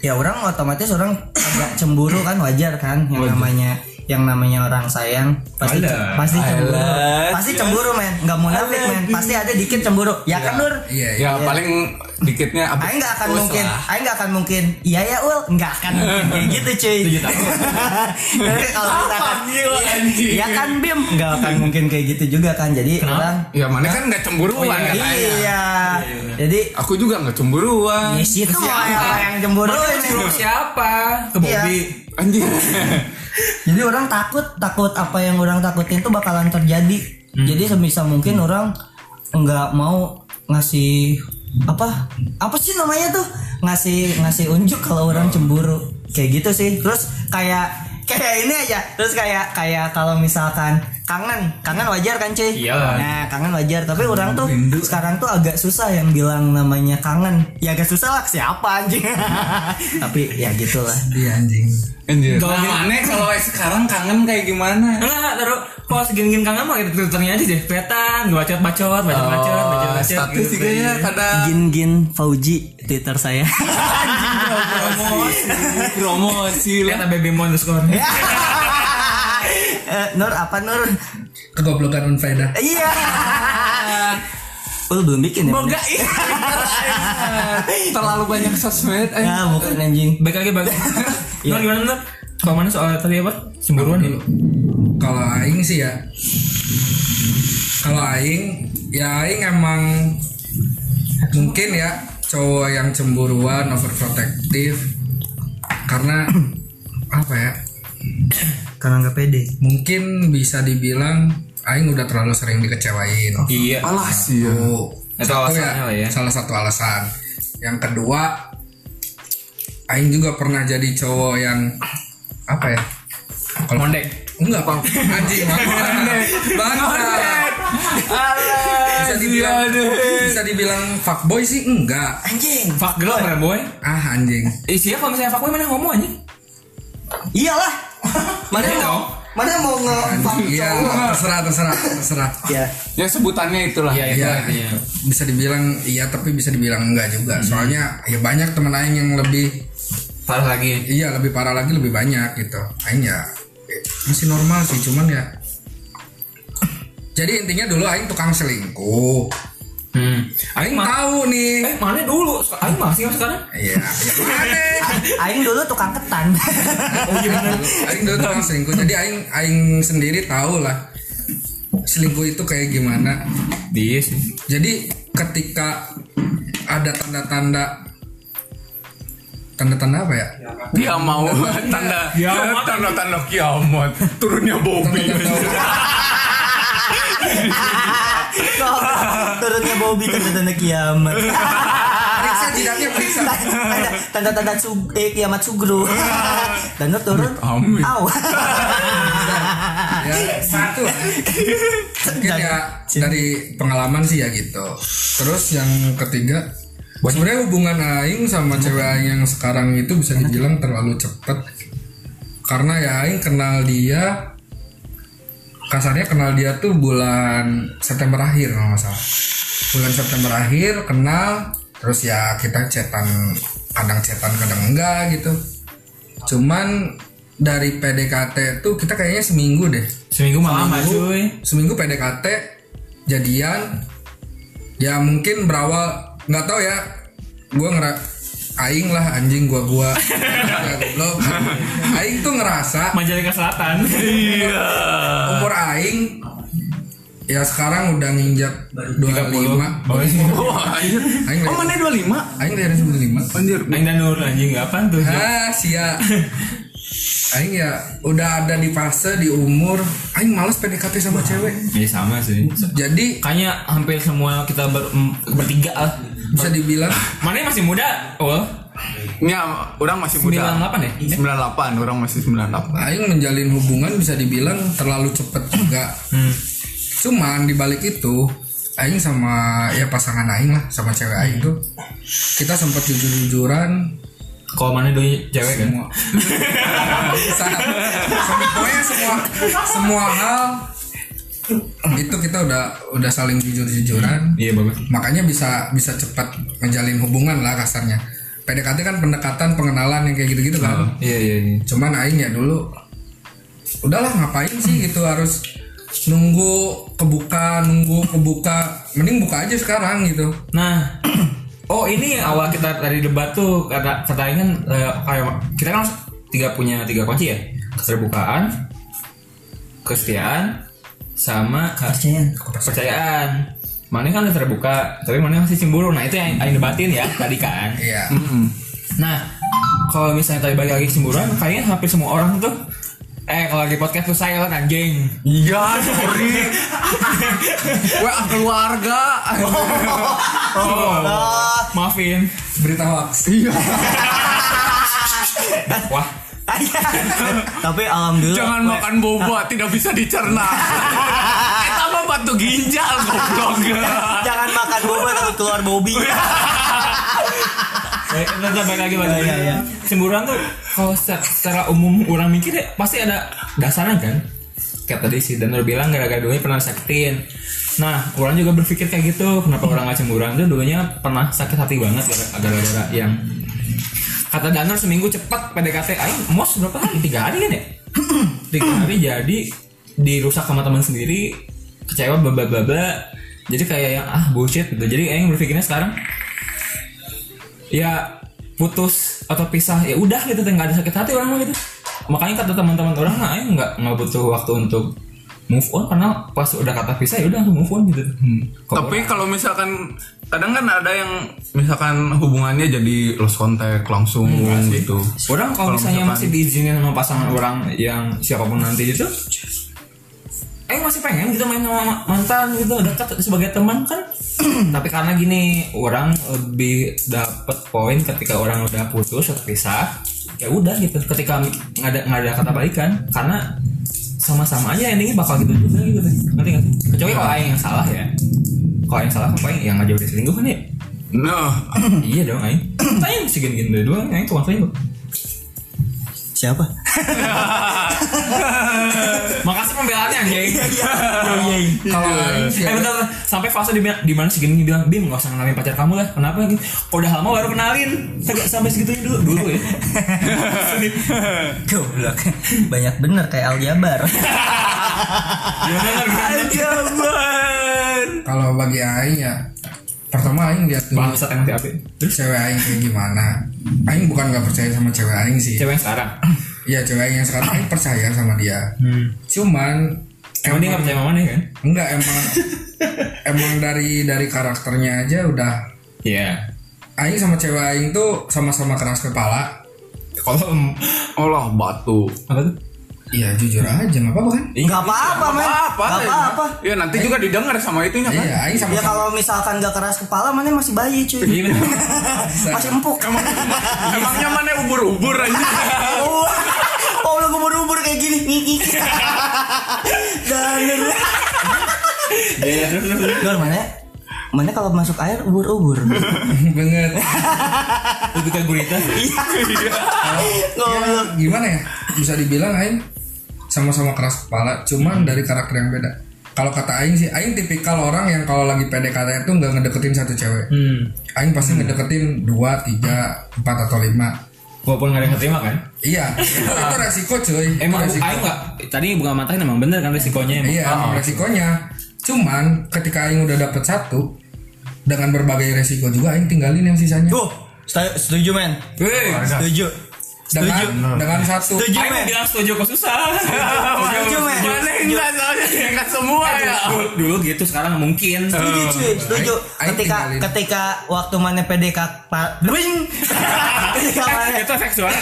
ya orang otomatis orang agak cemburu kan wajar kan yang namanya yang namanya orang sayang pasti
Alah,
pasti cemburu
alah,
pasti cemburu men nggak munafik men pasti ada dikit cemburu ya kan Nur
Iya, iya.
ya paling dikitnya apa
Aing nggak akan mungkin, Aing nggak akan mungkin. Iya ya ul, nggak akan mungkin kayak gitu cuy.
Tujuh tahun.
Tapi kalau misalkan, iya kan Bim, nggak akan mungkin kayak gitu juga kan. Jadi orang,
ya mana kan nggak cemburuan katanya.
iya. Jadi
aku juga nggak cemburuan
ya situ mau yang, yang cemburu ini.
siapa? Ke
Iya.
Bobby.
anjir
Jadi orang takut, takut apa yang orang takutin itu bakalan terjadi. Jadi sebisa mungkin orang nggak mau ngasih apa apa sih namanya tuh ngasih ngasih unjuk kalau orang cemburu kayak gitu sih terus kayak kayak ini aja terus kayak kayak kalau misalkan kangen kangen wajar kan cuy
Iyalah.
nah kangen wajar tapi orang tuh sekarang tuh agak susah yang bilang namanya kangen ya agak susah lah siapa anjing tapi ya gitulah
Iya anjing.
anjir
Kalau
Nah,
gini-
mana kalau sekarang kangen kayak gimana
Enggak, enggak, taruh kalau segini-gini kangen mah kita twitternya aja deh. Petan, gue bacot, bacot, bacot, bacot, bacot,
Oh,
bacot.
status juga
iya. Gitu,
ya kadang
Gin Gin Fauji Twitter saya.
Promosi.
promosi
Lihat ada baby mon underscore.
Eh, Nur apa Nur?
Kegoblokan unfaedah.
Iya. Ul belum bikin ya? Boga
terlalu banyak sosmed eh.
Ya bukan anjing.
Baik lagi, baik. Nur gimana Nur? Kalau mana soal tadi Iya. apa? Cemburuan ya? dulu.
kalau aing sih ya kalau aing ya aing emang mungkin ya cowok yang cemburuan overprotective karena apa ya
Karena nggak pede.
mungkin bisa dibilang aing udah terlalu sering dikecewain
Iya. Oh.
alah sih ya
Satu.
Itu
Satu
alasannya lah ya.
Salah satu alasan. Yang kedua, Aing juga pernah jadi cowok yang apa ya? Kalau
Mondek.
Enggak, Pak. Anjing, Bangsa. Bisa dibilang, bisa dibilang fuckboy sih enggak.
Anjing.
Fuck girl, mana boy?
Ah, anjing.
Isinya kalau misalnya fuckboy mana homo anjing?
Iyalah. Mana
Iya
dong?
dong.
Mana mau ngefang
Iya,
cowok?
terserah, terserah, terserah.
Ya.
Ya sebutannya itulah.
Iya, iya.
Iya, bisa dibilang iya tapi bisa dibilang enggak juga. Soalnya ya banyak temen aing yang lebih
Parah lagi.
iya lebih parah lagi lebih banyak gitu. Aing ya eh, masih normal sih cuman ya. Jadi intinya dulu aing tukang selingkuh.
Hmm.
Aing
Aing mah.
tahu nih.
Eh, mana dulu? Aing masih kan sekarang?
Iya, ya mana?
Aing dulu tukang ketan.
Aing dulu tukang selingkuh. Jadi aing aing sendiri tahu lah selingkuh itu kayak gimana.
Iya sih.
Jadi ketika ada tanda-tanda tanda-tanda apa ya?
Dia mau tanda
Kiamat.
tanda tanda kiamat turunnya Bobby.
Tanda-tanda
Kok turunnya Bobby tanda-tanda kiamat.
periksa jidatnya periksa.
Tanda- Tanda-tanda sug eh, kiamat sugro. Tanda turun.
Amit.
Aw.
Ya, satu. Mungkin ya dari pengalaman sih ya gitu. Terus yang ketiga Sebenarnya hubungan Aing sama cewek Aing yang sekarang itu bisa dibilang terlalu cepet Karena ya Aing kenal dia Kasarnya kenal dia tuh bulan September akhir kalau nggak salah Bulan September akhir kenal Terus ya kita cetan Kadang cetan kadang enggak gitu Cuman dari PDKT tuh kita kayaknya seminggu deh
Seminggu malam cuy.
seminggu PDKT jadian ya mungkin berawal nggak tahu ya gue ngera aing lah anjing gua gua Ya, goblok. aing tuh ngerasa
Majalengka Selatan. Iya.
umur aing ya sekarang udah nginjak 25
Wah, anjir.
aing
Oh,
lahir-
mana 25?
aing lahiran 95
Anjir.
Aing dan Nur anjing apaan tuh? Jo?
ah sia aing ya udah ada di fase di umur aing males PDKT sama cewek
Iya sama sih.
jadi
Kayaknya hampir semua kita ber- m- bertiga lah.
bisa dibilang
Mana yang masih muda? Oh,
Ya, orang masih muda.
98 ya?
98, orang masih 98.
Aing menjalin hubungan bisa dibilang terlalu cepet juga. Cuman dibalik itu, Aing sama ya pasangan Aing lah sama cewek Aing tuh, kita sempat jujur-jujuran.
Kalau mana doi cewek kan?
Sa- sem- Pokoknya semua semua hal itu kita udah udah saling jujur-jujuran.
Iya bagus.
Makanya bisa bisa cepat menjalin hubungan lah kasarnya. PDKT kan pendekatan pengenalan yang kayak gitu-gitu kan.
Iya iya. iya.
cuman aing ya dulu udahlah ngapain sih gitu harus nunggu kebuka nunggu kebuka mending buka aja sekarang gitu
Nah, oh ini yang awal kita tadi debat tuh kata kata Aing kan eh, kayak kita kan tiga punya tiga kunci ya keterbukaan, kesetiaan, sama ke-
Percaya.
kepercayaan. Mana kan udah terbuka, tapi mana masih cemburu. Nah itu yang Aing debatin ya tadi kan.
iya
Nah, kalau misalnya tadi balik lagi ke cemburuan, kayaknya hampir semua orang tuh Eh kalau di podcast tuh saya anjing
Iya, sorry. Gue keluarga.
Oh.
Maafin
berita hoax
Iya.
Wah
Tapi alhamdulillah.
Jangan
gue-
makan boba, tidak bisa dicerna. Kita mah batu ginjal, goblok.
Jangan Iya. makan boba tapi keluar Bobby.
Eh, Nanti balik lagi balik lagi
Iya, iya, iya.
Cemburuan tuh kalau secara, secara umum orang mikir ya pasti ada dasarnya kan Kayak tadi si Danur bilang gara-gara dulunya pernah sakitin Nah orang juga berpikir kayak gitu Kenapa orang gak cemburuan tuh dulunya pernah sakit hati banget gara- Gara-gara yang Kata Danur seminggu cepat PDKT Aing mos berapa hari? Tiga hari kan ya? Tiga hari jadi dirusak sama teman sendiri Kecewa bla bla bla bla. Jadi kayak yang ah bullshit gitu Jadi Aing berpikirnya sekarang ya putus atau pisah ya udah gitu teh, nggak ada sakit hati orang mah gitu makanya kata teman-teman orang mah aing nggak nggak butuh waktu untuk move on karena pas udah kata pisah ya udah langsung move on gitu Kalau
Tapi kalau misalkan kadang kan ada yang misalkan hubungannya jadi lost contact langsung gitu.
orang kalau misalnya masih diizinin sama pasangan orang yang siapapun nanti itu eh masih pengen gitu main sama mantan gitu dekat sebagai teman kan tapi karena gini orang lebih dapat poin ketika orang udah putus atau pisah ya udah gitu ketika nggak ada nggak ada kata balikan karena sama-sama aja endingnya bakal gitu juga gitu nanti nggak sih kecuali kalau Aing yang salah ya kalau yang salah apa Aing yang nggak jauh dari selingkuh kan ya
Nah,
iya dong Aing Aing sih gini-gini dua Aing cuma selingkuh
Siapa?
Makasih pembelaannya anjing.
anjing.
Kalau Aing sih
Iya, eh
ya, ada-
bentar, sampai fase di, di mana sih gini bilang Bim gak usah kenalin pacar kamu lah Kenapa gitu Kalau udah lama baru kenalin Sampai, sampai segitunya dulu Dulu ya
Goblok. Iya. Banyak bener kayak Aljabar.
Gimana kan
Aljabar.
kalau bagi Aing ya pertama Aing lihat dulu
Bangsat yang nanti
cewek Aing kayak gimana. Aing bukan nggak percaya sama cewek Aing sih.
Cewek yang sekarang
Iya cewek Aing yang sekarang Aing percaya sama dia.
Hmm.
Cuman
Emang dia gak percaya sama mana kan
Enggak emang emang dari dari karakternya aja udah
Iya
Aing sama cewek Aing tuh sama-sama keras kepala.
Kalau
Allah batu.
Apa tuh
Iya jujur aja nggak apa-apa kan?
Enggak apa-apa, men. Enggak
Apa?
apa-apa.
Ya nanti juga didengar sama itunya kan.
Iya Aing
Ya
sama-sama
kalau misalkan gak keras kepala mana masih bayi cuy
Iya bener
Masih empuk
Emangnya mana ubur-ubur aja.
Wah, Oh lu ubur-ubur kayak gini Ngiki Dan Iya, Gor mana Mana kalau masuk air ubur-ubur
banget.
Lebih ke gurita
Iya.
Ya,
Goblok
gimana ya? Bisa dibilang Aing sama-sama keras kepala, cuman dari karakter yang beda. Kalau kata Aing sih, Aing tipikal orang yang kalau lagi PDKT itu nggak ngedeketin satu cewek.
Hmm
Aing pasti ngedeketin dua, tiga, empat atau lima.
Walaupun gak ada yang terima kan
Iya, itu, itu resiko cuy. Itu
Emang
resiko.
Aing gak Tadi bunga matahin emang bener kan resikonya emang.
Iya, emang resikonya. Cuman ketika Aing udah dapet satu, dengan berbagai resiko juga Aing tinggalin yang sisanya.
Tuh setuju- Setuju men
Wih
Setuju
dengan
Setuju
dengan satu.
Setuju
Aing
men
bilang setuju kok susah
Setuju men
Mana enggak soalnya enggak semua ya.
Dulu- Dulu gitu sekarang mungkin
Setuju cuy, setuju.
Aing- Aing
Ketika
Eh, tinggalin.
ketika waktu mana PDK pa, Bling! ketika mana
Eh, Itu efek suara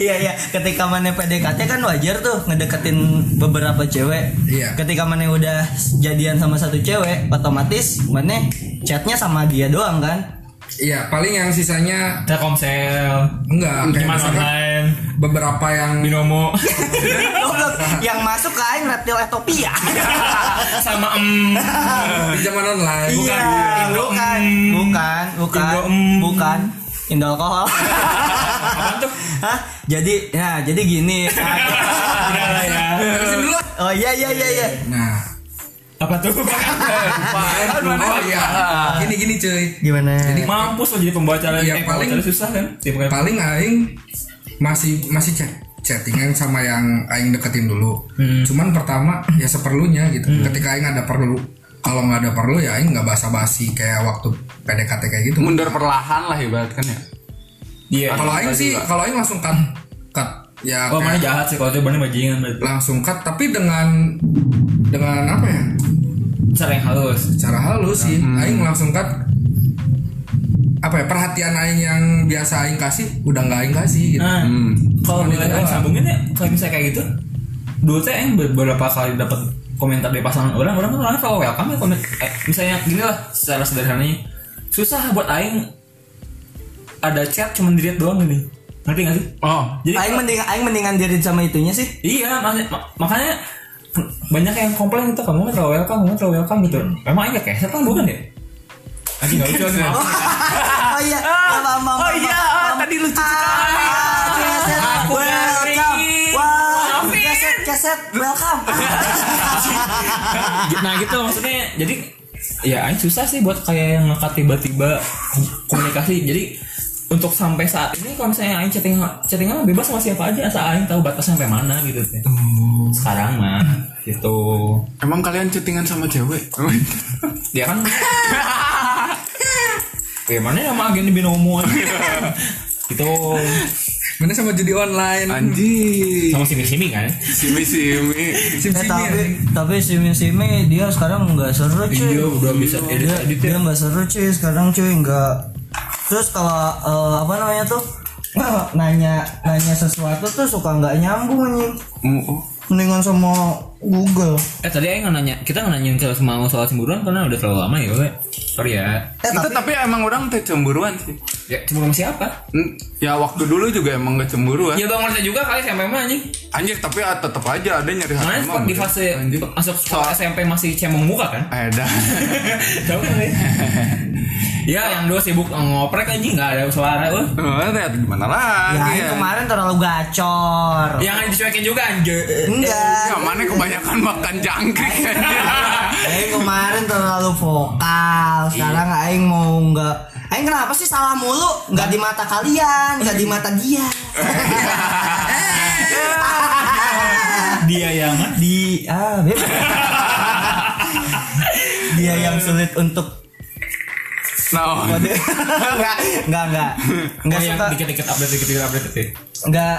Iya iya, ketika mana PDKT kan wajar tuh ngedeketin beberapa cewek.
Iya.
Ketika mana udah jadian sama satu cewek, otomatis mana chatnya sama dia doang kan?
Iya, paling yang sisanya
Telkomsel
enggak. Kayak
Cuman
misalkan
online
beberapa yang
Binomo
Goblok, yang masuk kain reptil etopia.
Sama em
di zaman online.
Iya,
Indo-
bukan,
Indo-
bukan, bukan,
Indo- mm.
bukan. Indo alkohol.
Apaan tuh?
Hah? Jadi, nah, jadi gini.
Udah lah ya
Oh iya iya iya iya.
Nah,
Apa tuh?
oh iya, gini-gini cuy.
Gimana?
Jadi
Mampus lo jadi pembawa calon
Iya,
Eh pembawa
paling-
calon susah kan?
Iya.
Tiap kali
paling aing masih masih chat chattingan sama yang aing deketin dulu.
Hmm.
Cuman pertama ya seperlunya gitu. Ketika aing ada perlu, kalau nggak ada perlu ya aing nggak basa-basi kayak waktu PDKT kayak gitu.
Mundur perlahan lah ibaratkan ya.
Iya
Kalau aing sih, kalau aing langsung cut, cut. Ya
Oh mana
kayak
jahat sih kalau itu bener bajingan berarti.
langsung cut tapi dengan dengan apa ya?
Cara yang halus
Cara halus sih.
Hmm.
Aing langsung cut apa ya perhatian aing yang biasa aing kasih udah nggak aing
Iya.
kasih gitu.
Nah
Hmm.
Hmm.
Kalau boleh
Wanita
Aing
doang.
sambungin ya Kalau misalnya kayak gitu Dulu teh Aing beberapa kali dapat komentar dari pasangan orang Orang kan orangnya kalau welcome ya komen eh, Misalnya gini lah secara sederhananya Susah buat Aing Ada chat cuman dilihat doang gini Ngerti gak sih?
Oh,
Jadi
Aing mending aing mendingan dirin sama itunya sih.
Iya, mak- mak- makanya banyak yang komplain gitu kamu nggak terlalu welcome, kamu nggak terlalu welcome gitu. Memang aja kayak siapa bukan ya? Anjing nggak lucu anjing.
oh iya, oh iya, tadi lucu sekali.
Aku
welcome,
nyari.
wah,
Maafin.
keset, keset, welcome. Eh,
Nah gitu maksudnya, jadi ya Aing susah sih buat kayak yang ngekat tiba-tiba komunikasi. Jadi untuk sampai saat ini kalau misalnya Aing chatting chattingan mah bebas sama siapa aja asal Aing tahu batasnya sampai mana gitu. teh. Sekarang mah gitu.
emang kalian chattingan sama cewek?
Dia kan Gimana ya sama agen di binomo Gitu
Mana sama judi online.
Anjing.
Sama simi-simi kan
Simi simi.
Sim
Eh, tapi tapi simi simi dia sekarang nggak seru cuy.
Iya udah bisa edit
Dia
edit
dia nggak seru cuy sekarang cuy nggak. Terus kalau eh, apa namanya tuh nanya nanya sesuatu tuh suka nggak nyambung nih.
Oh, oh.
Mendingan sama Google.
Eh tadi Aing nggak nanya Kita nggak nanyain kalau mau soal cemburuan Karena udah terlalu lama ya gue Sorry ya
Eh,
Itu tapi emang orang teh cemburuan sih.
Ya cemburu sama siapa?
Hmm, Ya waktu dulu juga emang gak cemburuan.
Ya bang Marta juga kali SMP mah anjing
Anjir tapi ah, tetep aja ada nyari hati.
Mana
emang,
di
gitu. Eh,
fase
Anjing.
Masuk sekolah SMP masih cemong muka kan
Ada.
Tahu kan ya? ya yang dua sibuk ngoprek aja nggak ada suara uh.
Eh, lihat gimana lagi
Ya,
ya.
Aing kemarin terlalu gacor.
yang dicuekin juga anjir
Enggak.
Ya, mana kebanyakan makan jangkrik
Aing kemarin terlalu vokal. Sekarang Aing mau nggak. Aing kenapa sih salah mulu? Nggak di mata kalian, nggak di mata dia.
dia yang
di ah, beb. dia yang sulit untuk
No.
nggak nggak nggak nggak
Oh, yang
suka
dikit-dikit update dikit-dikit update dikit.
nggak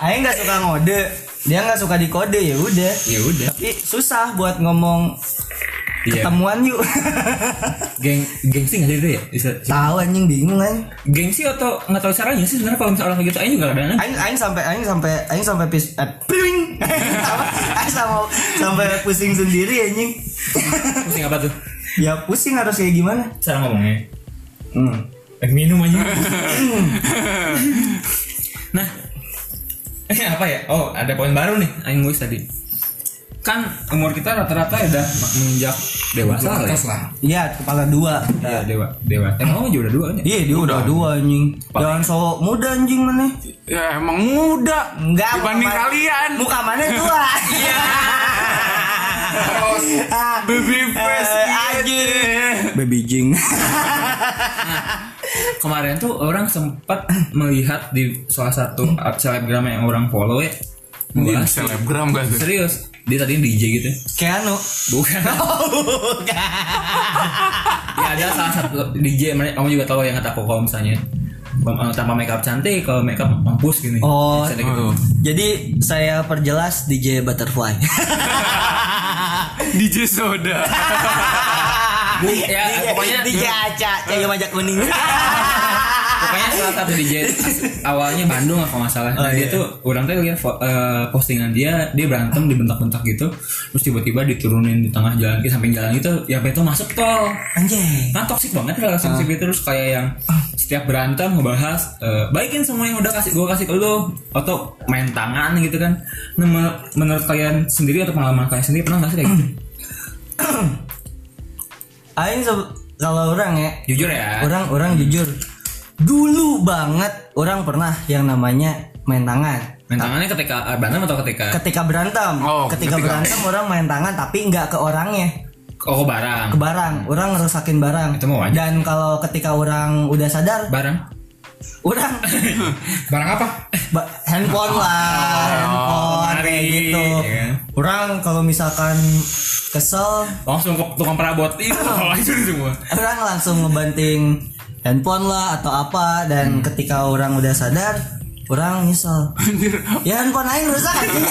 Aing nggak suka ngode dia nggak suka dikode ya udah
ya udah
tapi susah buat ngomong
Iya.
ketemuan yuk
geng gengsi nggak sih itu ya Bisa-
tahu anjing bingung anjing
gengsi atau nggak tahu caranya sih sebenarnya kalau misalnya orang kayak gitu aja juga kadang
Aing aing sampai aing sampai aing sampai pis eh, pling. Aing sama aing sama- sampai pusing sendiri anjing.
pusing apa tuh
ya pusing harus kayak gimana?
cara ngomongnya Eh, ya? minum aja nah eh apa ya oh ada poin baru nih aing gue tadi kan umur kita rata-rata udah menginjak dewasa lah ya
atas lah
Iya, kepala dua.
Iya, dewa dewa eh mau juga udah dua kan ya?
Iya, dia udah dua anjing. Jangan sok muda anjing mana?
Ya emang muda.
Enggak.
Dibanding
muka-
kalian.
Muka mana tua? Iya.
Baby face. iya.
Eh, anjing. Baby jing.
kemarin tuh orang sempat melihat di salah satu selebgram yang orang follow ya
Ini
Membahas-
selebgram gak tuh?
serius dia tadi DJ gitu
Keanu.
bukan
Oh,
ya ada salah satu DJ mereka kamu juga tahu yang kata aku kalau misalnya eh, tanpa makeup cantik kalau makeup mampus gini
Oh.
Misalnya gitu.
Oh.
Jadi saya perjelas DJ Butterfly.
DJ Soda.
ya, pokoknya-
DJ
ya.
Aca,
Eh.
cewek majak kuning.
pokoknya salah satu DJ awalnya Bandung apa masalah nah,
Oh,
dia
iya.
tuh orang tuh lihat fo- eh, postingan dia dia berantem dibentak-bentak gitu terus tiba-tiba diturunin di tengah jalan ke samping jalan itu ya itu masuk tol
Anjing.
kan toksik banget relationship itu terus kayak yang setiap berantem ngebahas eh, baikin semua yang udah kasih gue kasih ke lo atau main tangan gitu kan nah, men- menurut kalian sendiri atau pengalaman kalian sendiri pernah nggak sih kayak gitu
Aing se- kalau orang ya,
Eh.
jujur ya
orang orang
Hmm.
jujur. Dulu banget orang pernah yang namanya main tangan.
main tangannya ketika eh, berantem atau ketika
Ketika berantem,
Oh,
ketika,
ketika.
berantem orang main tangan tapi nggak ke orangnya,
oh barang
ke barang. Orang ngerusakin barang.
Itu mah wajar.
Dan kalau ketika orang udah sadar,
barang
orang
barang apa
ba- handphone lah, handphone kayak
menarik,
gitu.
ya.
Orang kalau misalkan kesel,
langsung ke tukang perabot itu langsung semua
orang langsung ngebanting handphone lah atau apa
Hmm.
dan ketika orang udah sadar orang nyesel ya handphone aing rusak
Iya,
anjing.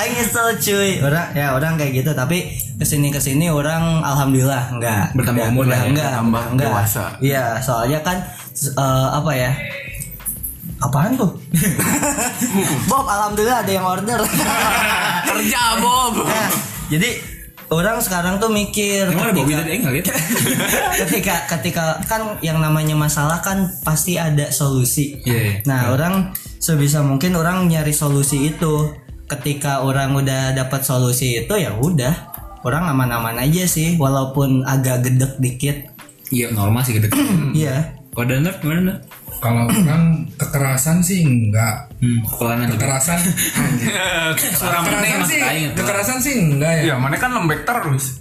aing nyesel cuy orang ya orang kayak gitu tapi kesini kesini orang alhamdulillah enggak
Bertambah
Udah-
umur lah
udah
ya,
enggak
bertambah
enggak
dewasa.
iya soalnya kan s- eh, apa ya apaan tuh Bob alhamdulillah ada yang order
Kerja Bob.
Nah, jadi orang sekarang tuh mikir
emang ada gitu? Bobby
ketika,
dan Eng nggak liat
ketika ketika kan yang namanya masalah kan pasti ada solusi.
Iya, iya.
Nah, orang sebisa mungkin orang nyari solusi itu. Ketika orang udah dapat solusi itu ya udah, orang aman-aman aja sih walaupun agak gedek dikit.
iya normal sih gitu
Iya.
kalau ada nerd gimana nerd
kalau orang kekerasan sih enggak
hmm kelanan juga
kekerasan anjir.
suara
kekerasan
mas
sih
Aing Iya.
kekerasan sih enggak ya
Ya mana kan lembek terus.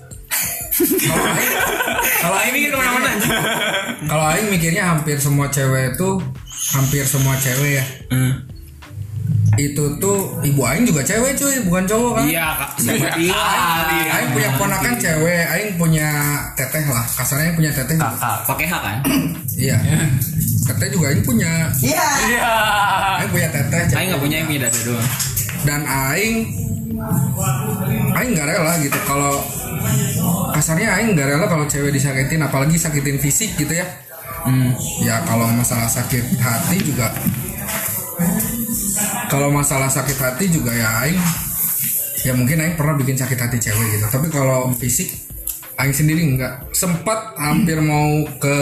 kalau Aing mikir kemana-mana anjing.
kalau Aing mikirnya hampir semua cewek itu hampir semua cewek ya
Hmm.
itu tuh ibu Aing juga cewek cuy bukan cowok kan
Iya kak, Iya, seperti lah.
Aing punya ponakan cewek, Aing punya teteh lah, kasarnya punya teteh.
Ah. Pakai hak kan?
Iya. Teteh juga Aing punya,
Iya.
Iya.
Aing punya teteh.
Ah. Aing nggak punya yang punya dada doang.
Dan Aing, Aing nggak rela gitu kalau kasarnya Aing nggak rela kalau cewek disakitin, apalagi sakitin fisik gitu ya. Hmm, ya kalau masalah sakit hati juga, kalau masalah sakit hati juga ya Aing, ya mungkin Aing pernah bikin sakit hati cewek gitu. Tapi kalau fisik, Aing sendiri nggak sempat hampir mau ke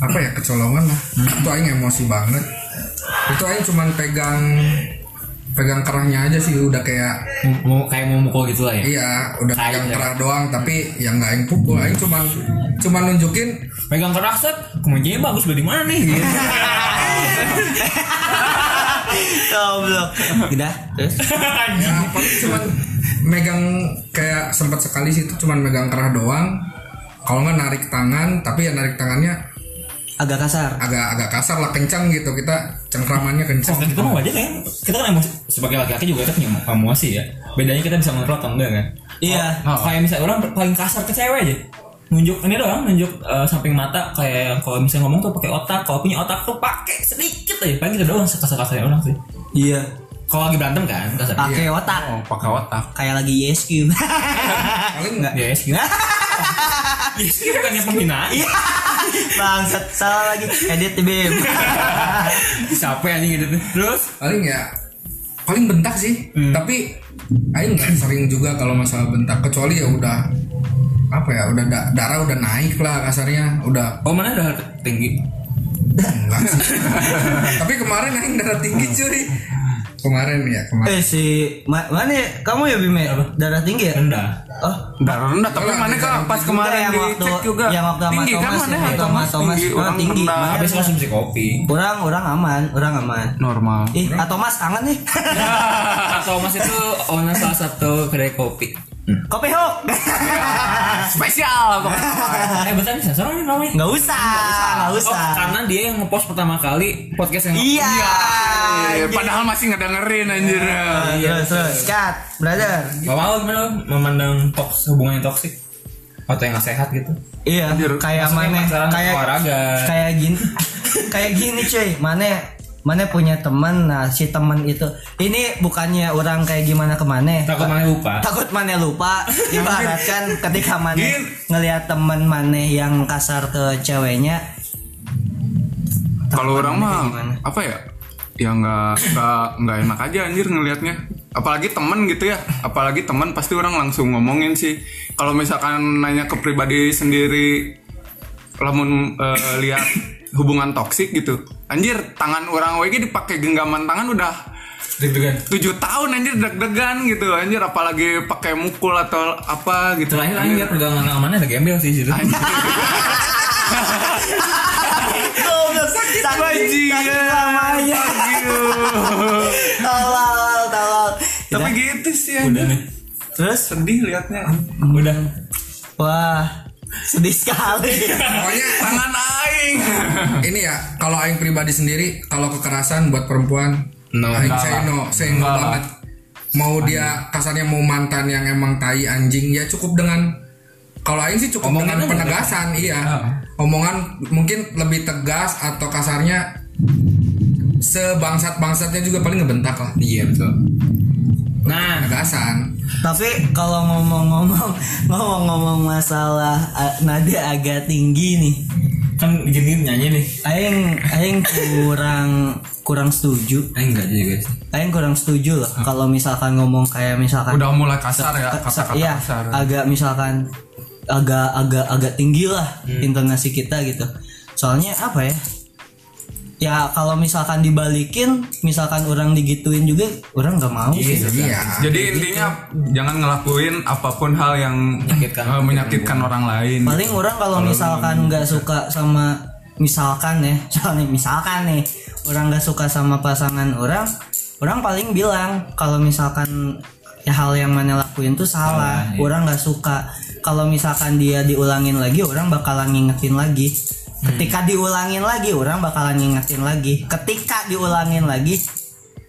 apa ya kecolongan lah. Itu Aing emosi banget. Itu Aing cuman pegang pegang kerahnya aja sih udah kayak
Mau- mau kayak mau mukul gitu lah ya
iya udah
Kayak
pegang
ya.
kerah doang tapi yang nggak yang pukul aing cuman cuman nunjukin
pegang keras set kemeja bagus beli di mana nih gitu.
Goblok. Udah, terus
Anjing.
ya paling cuman megang kayak sempat sekali sih itu cuman megang kerah doang kalau nggak narik tangan tapi ya narik tangannya
agak kasar.
agak agak kasar lah kencang gitu kita cengkramannya kencang
Kita mah wajar kan kita kan emosi sebagai laki-laki juga kita punya emosi ya bedanya kita bisa ngontrol atau enggak kan
Iya.
Nah, kayak misalnya orang paling kasar ke cewek aja nunjuk ini doang nunjuk eh, samping mata kayak yang kalau misalnya ngomong tuh pakai otak kalau punya otak tuh pakai sedikit aja paling kita doang sekasar kasarnya orang sih
Iya.
kalau lagi berantem kan kasar
Pakai otak.
Oh, pakai otak.
Kayak lagi YSQ.
paling nggak
ya yes, gitu yes, gitu bukannya penghinaan
Bangsat salah lagi edit Bim.
siapa anjing gitu terus
paling ya paling bentak sih tapi Aing nggak sering juga kalau masalah bentak kecuali ya udah apa ya udah da- darah udah naik lah kasarnya udah
oh mana udah tinggi
enggak sih tapi kemarin Aing darah tinggi cuy kemarin ya kemarin
eh si ma- mana ya? kamu ya Bim ya?
Apa?
Darah tinggi ya?
rendah
Oh,
Darah rendah tapi
Enggak,
mana
enggak.
kan pas kemarin
yang waktu-
dicek juga.
yang waktu sama
tinggi kan
Thomas ya,
mana
Thomas,
yang Thomas
Thomas,
tinggi,
orang
orang
tinggi.
rendah.
Mana?
habis konsumsi kopi
orang orang aman, orang aman.
Normal.
Ih, atau Mas kangen nih.
atau mas itu owner salah satu kedai kopi
Kopi Hok.
Ah, Spesial pokoknya.
eh bentar nih sensor nih namanya
Enggak usah, enggak usah.
Oh, karena dia yang ngepost pertama kali podcast yang
Iya.
Eh,
Iya.
Padahal masih ngedengerin anjir.
Terus, terus. Cat, brother.
Bapak lo gimana lo memandang toks, hubungan yang toksik atau yang gak sehat gitu
Iya,
Anjir,
kayak
maksudnya
mana
pacaran
kayak
olahraga.
kayak gini. kayak gini cuy, mana mana punya teman nah si teman itu ini bukannya orang kayak gimana ke mana
takut malah lupa
takut mana lupa ibaratkan ketika mana
Gin.
ngelihat teman mana yang kasar ke ceweknya
Kalau orang mah
gimana?
apa ya? Ya nggak nggak nggak enak aja anjir ngelihatnya. Apalagi temen gitu ya. Apalagi temen pasti orang langsung ngomongin sih. Kalau misalkan nanya ke pribadi sendiri, lamun eh, lihat hubungan toksik gitu. Anjir, tangan orang WG dipakai genggaman tangan udah
deg-degan
tujuh tahun anjir deg-degan gitu anjir apalagi pakai mukul atau apa gitu
terakhir lagi ya pergangan amannya ada gembel sih situ
Goblok, sakit
anjing
sakit lamanya. tolol tolol
tapi gitu sih
Iya. udah
anjir
nih
terus
sedih liatnya
udah
wah sedih sekali
pokoknya
tangan aing
ini ya kalau aing pribadi sendiri kalau kekerasan buat perempuan
No,
aing
enggak
saya
lah.
no saya no banget mau dia kasarnya mau mantan yang emang tai anjing ya cukup dengan kalau aing sih cukup
Omongan Ah. aja
dengan penegasan iya omongan mungkin lebih tegas atau kasarnya sebangsat bangsatnya juga paling ngebentak lah
iya betul nah
penegasan
Tapi kalau ngomong-ngomong ngomong-ngomong masalah eh, nada agak tinggi nih,
kan gini nyanyi nih
aing aing kurang kurang setuju.
eh enggak juga sih
Aing kurang setuju loh kalau misalkan ngomong kayak misalkan
udah mulai kasar ya
eh,
kata-kata
iya,
kasar
agak misalkan agak agak agak tinggi lah
Hmm.
intonasi kita gitu. Soalnya apa ya? Ya kalau misalkan dibalikin, misalkan orang digituin juga, orang nggak mau sih.
iya
jadi intinya jangan ngelakuin apapun hal yang
Menyakitkan.
eh, menyakitkan orang lain
paling orang kalau misalkan nggak suka sama misalkan ya soalnya misalkan nih orang nggak suka sama pasangan orang orang paling bilang kalau misalkan ya hal yang mana lakuin tuh salah
Salah, iya.
orang nggak suka kalau misalkan dia diulangin lagi orang bakalan ngingetin lagi ketika diulangin lagi orang bakalan ngingetin lagi ketika diulangin lagi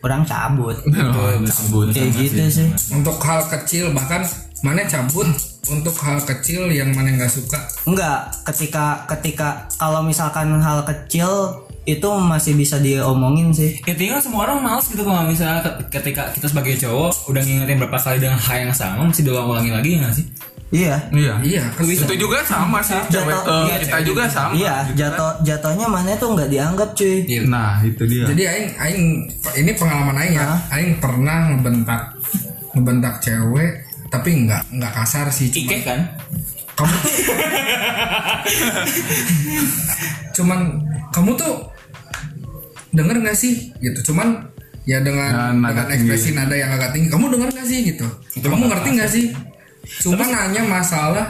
orang cabut
betul
kayak gitu sih
untuk hal kecil bahkan mana cabut untuk hal kecil yang mana nggak suka
Enggak, ketika ketika kalau misalkan hal kecil itu masih bisa diomongin sih.
Intinya semua orang males gitu kalau misalnya ke- ketika kita sebagai cowok udah ngingetin berapa kali dengan hal yang sama masih diulang-ulangi lagi ya nggak sih?
Iya.
iya
iya kan
itu juga sama sih cewek
Jatuh-
eh,
iya,
kita juga sama
Iya,
gitu
jatuh jatuhnya mana tuh nggak dianggap cuy.
nah itu dia
Jadi aing aing ini pengalaman aing ya. Aing pernah ngebentak ngebentak cewek tapi nggak nggak kasar sih cuma
Ike kan?
kamu cuman kamu tuh denger nggak sih gitu cuman ya dengan
Dengan nada
dengan ekspresi nada yang agak tinggi kamu dengar gak sih gitu kamu ngerti gak sih cuma nanya masalah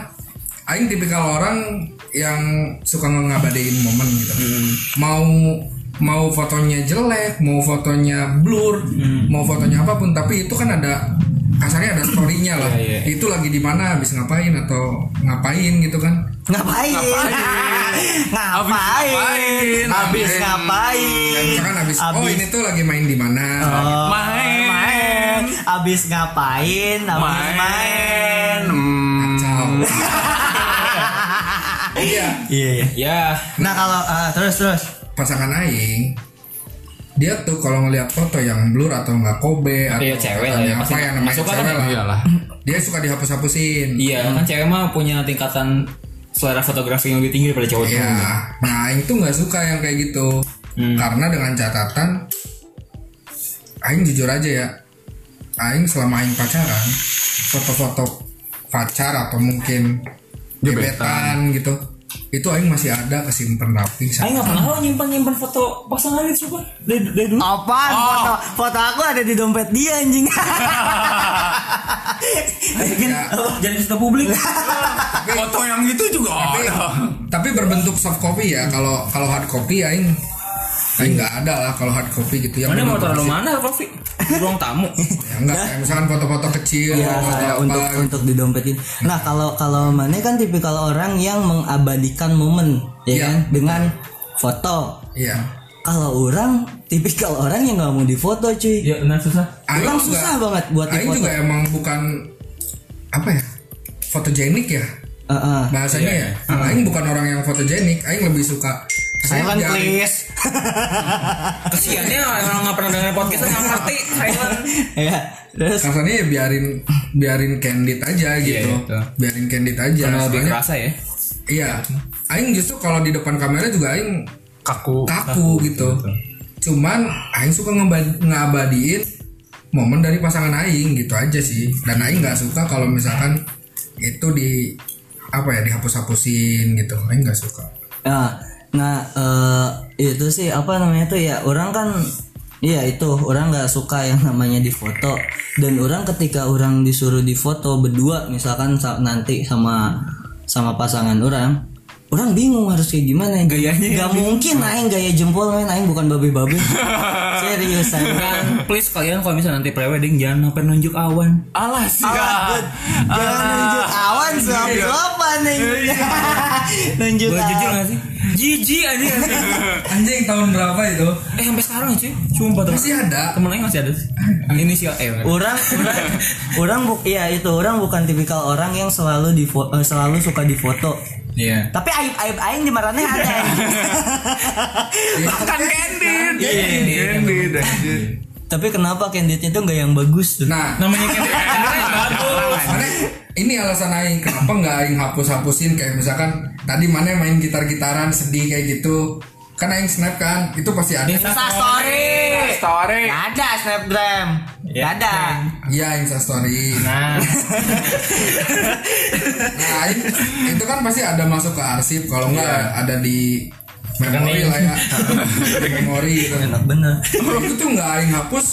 Aing tipikal orang yang suka ngabadein momen gitu
Hmm.
mau mau fotonya jelek mau fotonya blur
Hmm.
mau fotonya apapun tapi itu kan ada kasarnya ada storynya lah
Iya, iya.
itu lagi di mana habis ngapain atau ngapain gitu kan
Ngapain? Ngapain?
ngapain?
Habis
Ngapain?
ngapain?
Dan misalkan habis oh
Habis-
ini tuh lagi main di mana
Oh,
Main.
main. Habis ngapain? Habis main.
Um.
Hmm.
kacau iya
Iya, iya.
Ya,
Nah, kalau ah, terus terus.
pasangan aing dia tuh kalau ngelihat foto yang blur atau nggak kobe atau
Iya, cewek lah ya,
apa
pasti
yang namanya
masuk kan
cewek
ya?
lah
Iyalah.
dia suka dihapus-hapusin
iya kan cewek mah punya tingkatan selera fotografi yang lebih tinggi daripada cowok.
Iya.
cowok.
nah aing tuh nggak suka yang kayak gitu
Hmm.
karena dengan catatan aing jujur aja ya aing selama aing pacaran foto-foto pacar atau mungkin gebetan gitu itu aing masih ada kesimpan rapi
Aing nggak pernah lo nyimpan nyimpan foto pasangan itu coba dari, dari dulu.
Apaan?
Oh.
Foto, foto aku ada di dompet dia anjing.
Mungkin
Iya.
Oh, jadi foto publik.
Foto yang itu juga
Oh,
tapi,
ada.
tapi berbentuk soft copy ya kalau kalau hard copy aing aing nggak ada lah kalau hard copy gitu yang
Hmm. Mana mau
berbentuk
taruh
fisik.
mana Kofi? Di Ruang tamu.
ya, enggak kayak misalkan foto-foto kecil
Iya,
foto
ya,
apa,
untuk
gitu.
untuk didompetin. Nah, kalau kalau Mane kan tipikal orang yang mengabadikan momen, ya
Iya.
kan? Dengan foto.
iya
Kalau orang tipikal orang yang nggak mau difoto, cuy.
Ya, benar susah.
Aing
Orang
juga-
susah banget buat
Aing
difoto.
juga emang bukan apa ya fotogenik ya
Heeh.
bahasanya
Iya,
ya. Aing bukan orang yang fotogenik. Aing lebih suka
Silent
Aing jari-
kan please.
Kasiannya orang nggak pernah dengerin podcast nggak ngerti.
ya, terus
Kasarnya ya biarin biarin candid aja gitu.
gitu.
Biarin candid aja.
Karena lebih
Soalnya-
kerasa ya.
iya. Aing justru kalau di depan kamera juga aing
Kaku.
kaku gitu. Cuman aing suka ngeba- ngabadiin momen dari pasangan aing gitu aja sih. Dan aing nggak suka kalau misalkan itu di apa ya dihapus-hapusin gitu. Aing nggak suka.
Nah, nah eh, itu sih apa namanya tuh ya orang kan Iya itu orang nggak suka yang namanya difoto dan orang ketika orang disuruh difoto berdua misalkan sa- nanti sama sama pasangan orang orang bingung harus kayak gimana
Gayanya
nggak mungkin aing gaya jempol main aing bukan babe-babe serius aing kan.
Dan please kalian kalau misalnya nanti prewedding jangan sampai nunjuk awan.
Alah sih.
Awan,
Ah.
jangan nunjuk awan
Iya.
suap-suapan nunjuk nunjuk
Boleh Iya. jujur
awan.
nggak sih? Jijik aja.
Anjing tahun berapa itu?
Eh sampai sekarang cuy. Sumpah terus.
Masih ada.
Temen lain masih ada. sih. Inisial eh. bukan.
orang orang orang bu iya itu orang bukan tipikal orang yang selalu di eh, selalu suka difoto
Iya.
tapi aib aib aing di marane ada
Kan candid.
Iya, iya,
Candid. anjir.
tapi kenapa candidate tuh nggak yang bagus tuh
Nah,
Namanya kan bagus.
Mane, ini alasan aing kenapa nggak aing hapus-hapusin kayak misalkan tadi mana main gitar-gitaran sedih kayak gitu. Kan aing snap kan, itu pasti ada.
Insta story
Story.
Nggak ada snapgram Nggak ada
Iya, Insta story.
nah
Nah, aing- itu kan pasti ada masuk ke arsip kalau nggak ada di memori lah ya. Di memori gitu.
enak bener
Kalau itu tuh nggak aing hapus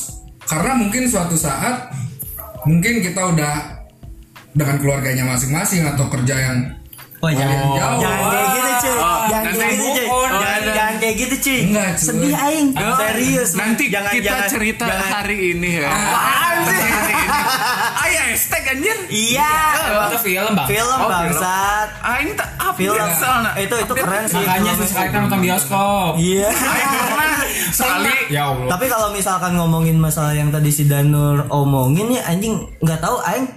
karena mungkin suatu saat mungkin kita udah dengan keluarganya masing-masing atau kerja yang
Wah jangan,
Oh.
jangan kayak gitu cuy
Oh,
Jangan kayak
nanti
gitu
move
cuy
on,
Jangan,
jangan.
jangan kayak gitu cuy
Enggak, cuy.
Sedih aing Serius man.
Nanti
Jangan-
kita
jangan-
cerita
jangan-
hari ini ya.
Apaan sih?
Hari ini. Ayo hashtag anjir.
Iya
Itu Oh, film bang.
Film
film.
bangsat
Aing tak apa
Film
ya, soalnya.
Iya. Itu itu keren sih
Makanya
filmnya.
sih sekarang nonton bioskop.
Iya.
Aing pernah sekali
Ya Allah.
Tapi kalau misalkan ngomongin masalah yang tadi si Danur omongin ya anjing nggak tahu aing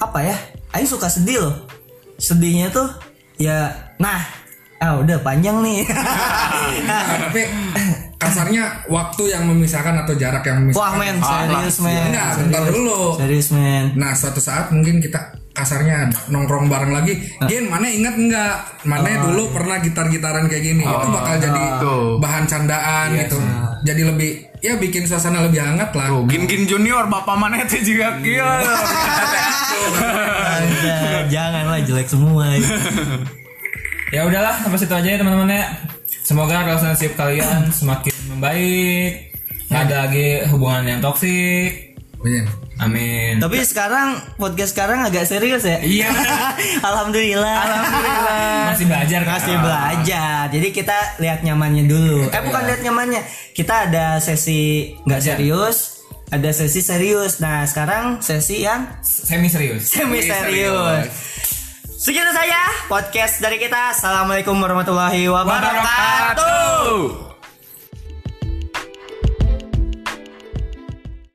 apa ya? Aing suka sedih loh. Sedihnya tuh ya nah Ah udah panjang nih. Nah,
tapi kasarnya waktu yang memisahkan atau jarak yang
Wah
memisahkan.
men
Ah,
serius men.
Iya,
Enggak, bentar dulu.
Serius men.
Nah, suatu saat mungkin kita kasarnya nongkrong bareng lagi. Gen, mana ingat enggak? Mana dulu pernah gitar-gitaran kayak gini. itu bakal jadi
Tuh.
bahan candaan gitu. Jadi lebih ya bikin suasana lebih hangat lah.
Tuh, Gin Gin Junior bapak mana itu juga gila.
Nah.
Anja, janganlah jelek semua.
Ya udahlah, sampai situ aja ya teman-teman ya. Semoga relationship kalian semakin membaik. nggak ada lagi hubungan yang toksik
Amin.
amin
Tapi sekarang podcast sekarang agak serius ya.
Iya.
Alhamdulillah.
masih belajar kan?
Masih belajar. Jadi kita lihat nyamannya dulu. Eh bukan lihat nyamannya. Kita ada sesi nggak serius, ada sesi serius. Nah sekarang sesi yang
semi serius
semi serius. Segitu saja podcast dari kita. Assalamualaikum warahmatullahi wabarakatuh.